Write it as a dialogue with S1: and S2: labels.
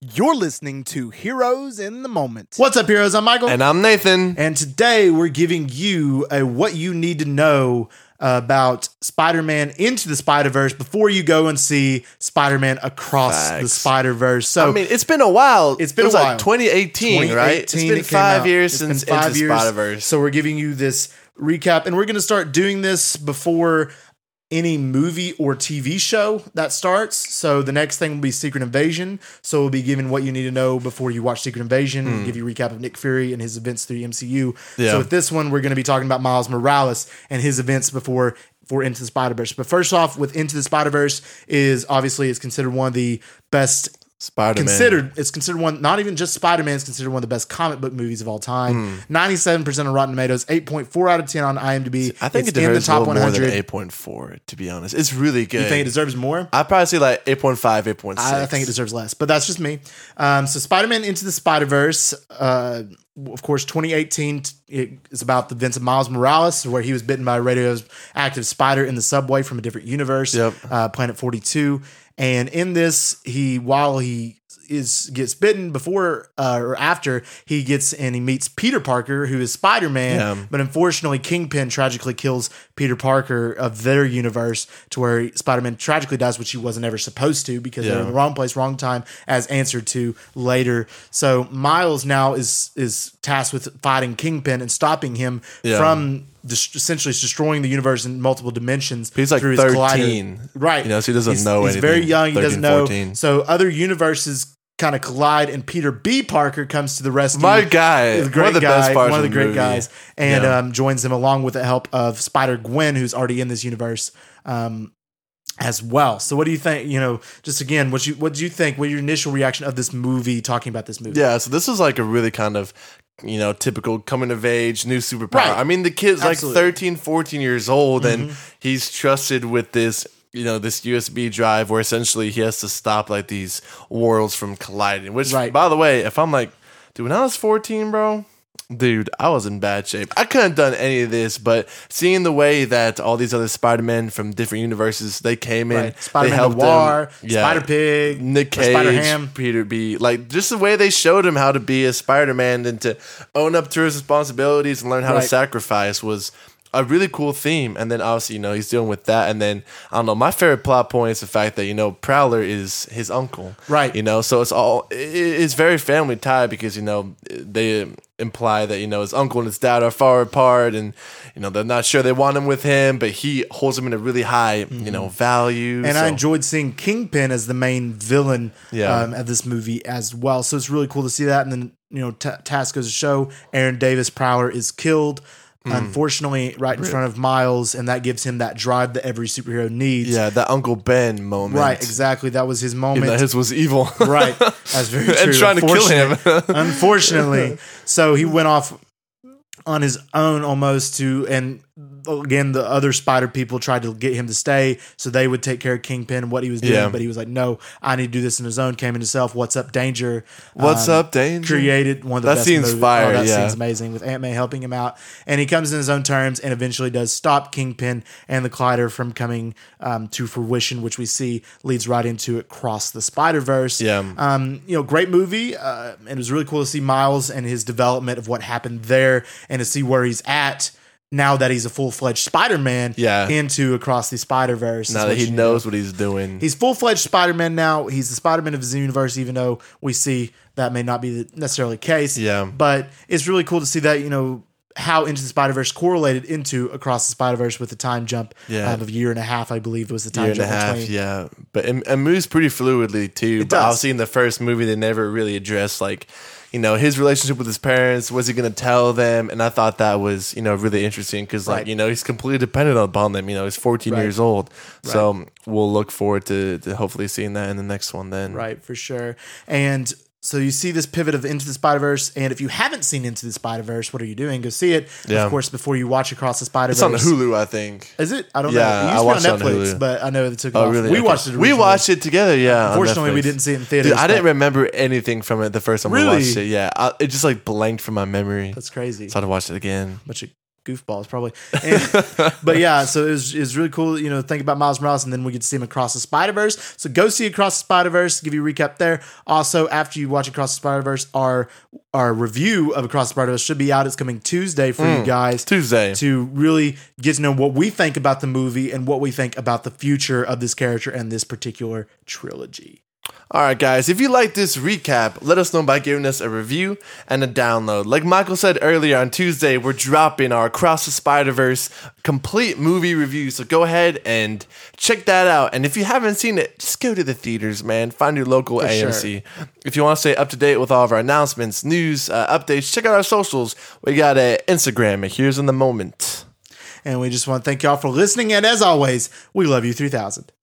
S1: You're listening to Heroes in the Moment.
S2: What's up, heroes? I'm Michael.
S3: And I'm Nathan.
S2: And today we're giving you a what you need to know about Spider-Man into the Spider-Verse before you go and see Spider-Man across the
S3: Facts.
S2: Spider-Verse. So
S3: I mean, it's been a while.
S2: It's been
S3: It was
S2: a
S3: like
S2: while.
S3: 2018, right? It's
S2: 2018
S3: been
S2: it came
S3: five
S2: out.
S3: years
S2: It's
S3: since
S2: been
S3: Into the Spider-Verse.
S2: So we're giving you this recap, and we're going to start doing this before any movie or TV show that starts. So the next thing will be Secret Invasion. So we'll be giving what you need to know before you watch Secret Invasion. We'll give you a recap of Nick Fury and his events through the MCU.
S3: Hmm. Yeah.
S2: So with this one, we're going to be talking about Miles Morales and his events before for Into the Spider Verse. But first off, with Into the Spider Verse is obviously is considered one of the best
S3: Spider-Man.
S2: considered it's considered one not even just spider-man is considered one of the best comic book movies of all
S3: Hmm.
S2: time 97% on rotten tomatoes 8.4 out of 10 on imdb
S3: I think
S2: it's
S3: it deserves a little more than 8.4, to be honest. It's really good.
S2: you think it deserves more
S3: I'd probably say like 8.5, 8.6.
S2: I, I think it deserves less, but that's just me. Um, so Spider-Man Into the Spider-Verse, uh, of course, 2018 t- it is about the events of Miles Morales, where he was bitten by a radioactive spider in the subway from a different universe,
S3: Yep.
S2: uh, Planet 42. And in this, he while he is gets bitten before uh, or after he gets and he meets Peter Parker, who is Spider-Man,
S3: Yeah.
S2: but unfortunately, Kingpin tragically kills Peter Parker of their universe to where Spider Man tragically dies, which he wasn't ever supposed to because they're in
S3: Yeah.
S2: the wrong place, wrong time, as answered to later. So Miles now is is tasked with fighting Kingpin and stopping him
S3: Yeah.
S2: from des- essentially destroying the universe in multiple dimensions.
S3: He's like
S2: through his collider.
S3: 13.
S2: Right.
S3: You know, so he doesn't
S2: he's,
S3: know
S2: He's
S3: anything.
S2: very young. He
S3: 13,
S2: doesn't know.
S3: 14.
S2: So other universes kind of collide, and Peter B. Parker comes to the rescue.
S3: My guy.
S2: He's a
S3: one of the
S2: guy,
S3: best parts
S2: one of the
S3: the
S2: great
S3: movie.
S2: guys, and
S3: Yeah.
S2: um, joins them along with the help of Spider Gwen, who's already in this universe um, as well. So, what do you think? You know, just again, what you what do you think? What your initial reaction of this movie? Talking about this movie,
S3: Yeah, so this is like a really kind of, you know, typical coming of age, new superpower.
S2: Right.
S3: I mean, the kid's
S2: Absolutely. Mm-hmm.
S3: like 13, 14 years old, and he's trusted with this, you know, this USB drive where essentially he has to stop like these worlds from colliding. Which,
S2: Right.
S3: by the way, if I'm like, dude, when I was 14, bro. Dude, I was in bad shape. I couldn't have done any of this, but seeing the way that all these other Spider-Men from different universes, they came in,
S2: right? Spider
S3: they
S2: Man
S3: helped
S2: Noir,
S3: him. Yeah.
S2: Spider Pig,
S3: Nick Cage,
S2: Spider Ham.
S3: Peter B. Like just the way they showed him how to be a Spider Man and to own up to his responsibilities and learn how
S2: Right.
S3: to sacrifice was a really cool theme. And then obviously, you know, he's dealing with that. And then I don't know, my favorite plot point is the fact that you know Prowler is his uncle,
S2: Right.
S3: You know, so it's all i- i- it's very family tied because you know they imply that you know his uncle and his dad are far apart and you know they're not sure they want him with him but he holds him in a really high you know value
S2: Mm-hmm. And I
S3: so-
S2: enjoyed seeing Kingpin as the main villain
S3: Yeah.
S2: um, of this movie as well. So it's really cool to see that. And then, you know, t- task goes to show Aaron Davis Prowler is killed,
S3: Hmm.
S2: unfortunately, right in front of Miles. And that gives him that drive that every superhero needs.
S3: Yeah, that Uncle Ben moment.
S2: Right, exactly. That was his moment.
S3: Even though his was evil.
S2: right. That's very true.
S3: and trying to kill him.
S2: unfortunately. So he went off on his own almost to, and again, the other spider people tried to get him to stay so they would take care of Kingpin and what he was doing.
S3: Yeah.
S2: But he was like, no, I need to do this on his own. Came in himself. What's up, danger?
S3: What's
S2: Um,
S3: up, Danger?
S2: Created one of the
S3: That
S2: best
S3: scene's
S2: movies. Oh,
S3: fire,
S2: that
S3: yeah.
S2: scene's amazing with Aunt May helping him out, and he comes in his own terms and eventually does stop Kingpin and the Collider from coming um, to fruition, which we see leads right into Across the Spider Verse.
S3: Yeah.
S2: um, you know, great movie, uh, and it was really cool to see Miles and his development of what happened there, and to see where he's at. Now that he's a full fledged Spider Man,
S3: Yeah.
S2: into Across the Spider Verse.
S3: Now that he knows what he's doing.
S2: He's full fledged Spider Man now. He's the Spider Man of his universe, even though we see that may not be the necessarily case.
S3: Yeah.
S2: But it's really cool to see that, you know, how Into the Spider Verse correlated into Across the Spider Verse with the time jump
S3: Yeah.
S2: um, of a year and a half, I believe was the time
S3: year and a
S2: jump.
S3: half,
S2: between-
S3: yeah. But it, it moves pretty fluidly too. but
S2: does.
S3: obviously in the first movie they never really addressed like, you know, his relationship with his parents, was he gonna tell them? And I thought that was, you know, really interesting because like,
S2: Right.
S3: you know, he's completely dependent upon them. You know, he's fourteen
S2: Right.
S3: years old. So we'll look forward to, to hopefully seeing that in the next one then.
S2: Right, for sure. And so you see this pivot of Into the Spider Verse, and if you haven't seen Into the Spider Verse, what are you doing? Go see it.
S3: Yeah.
S2: Of course, before you watch Across the Spider Verse.
S3: It's on Hulu, I think.
S2: Is it? I don't
S3: Yeah,
S2: know.
S3: I
S2: It used
S3: watched
S2: to
S3: it
S2: be on
S3: on
S2: Netflix,
S3: Hulu.
S2: but I know they took it
S3: Oh,
S2: off.
S3: really?
S2: We
S3: Okay.
S2: watched it.
S3: We
S2: originally.
S3: watched it together. Yeah. on
S2: Unfortunately, we
S3: Netflix.
S2: didn't see it in theaters.
S3: Dude, I
S2: but
S3: didn't remember anything from it the first time
S2: Really?
S3: I watched it. Yeah, I, it just like blanked from my memory.
S2: That's crazy.
S3: so I had to watch it again.
S2: But you goofballs probably. And- but yeah, so it was, it was really cool, you know, think about Miles Morales and then we could see him across the Spider-Verse. So go see Across the Spider-Verse, give you a recap there. Also, after you watch Across the Spider-Verse, our our review of Across the Spider-Verse should be out. It's coming Tuesday for you guys
S3: Tuesday.
S2: to really get to know what we think about the movie and what we think about the future of this character and this particular trilogy.
S3: All right, guys, if you like this recap, let us know by giving us a review and a download. Like Michael said earlier on Tuesday, we're dropping our Across the Spider Verse complete movie review. So go ahead and check that out. And if you haven't seen it, just go to the theaters, man. Find your local AMC. If you want to stay up to date with all of our announcements, news, uh, updates, check out our socials. We got a Instagram at Here's in the Moment.
S2: And we just want to thank y'all for listening. And as always, we love you 3000.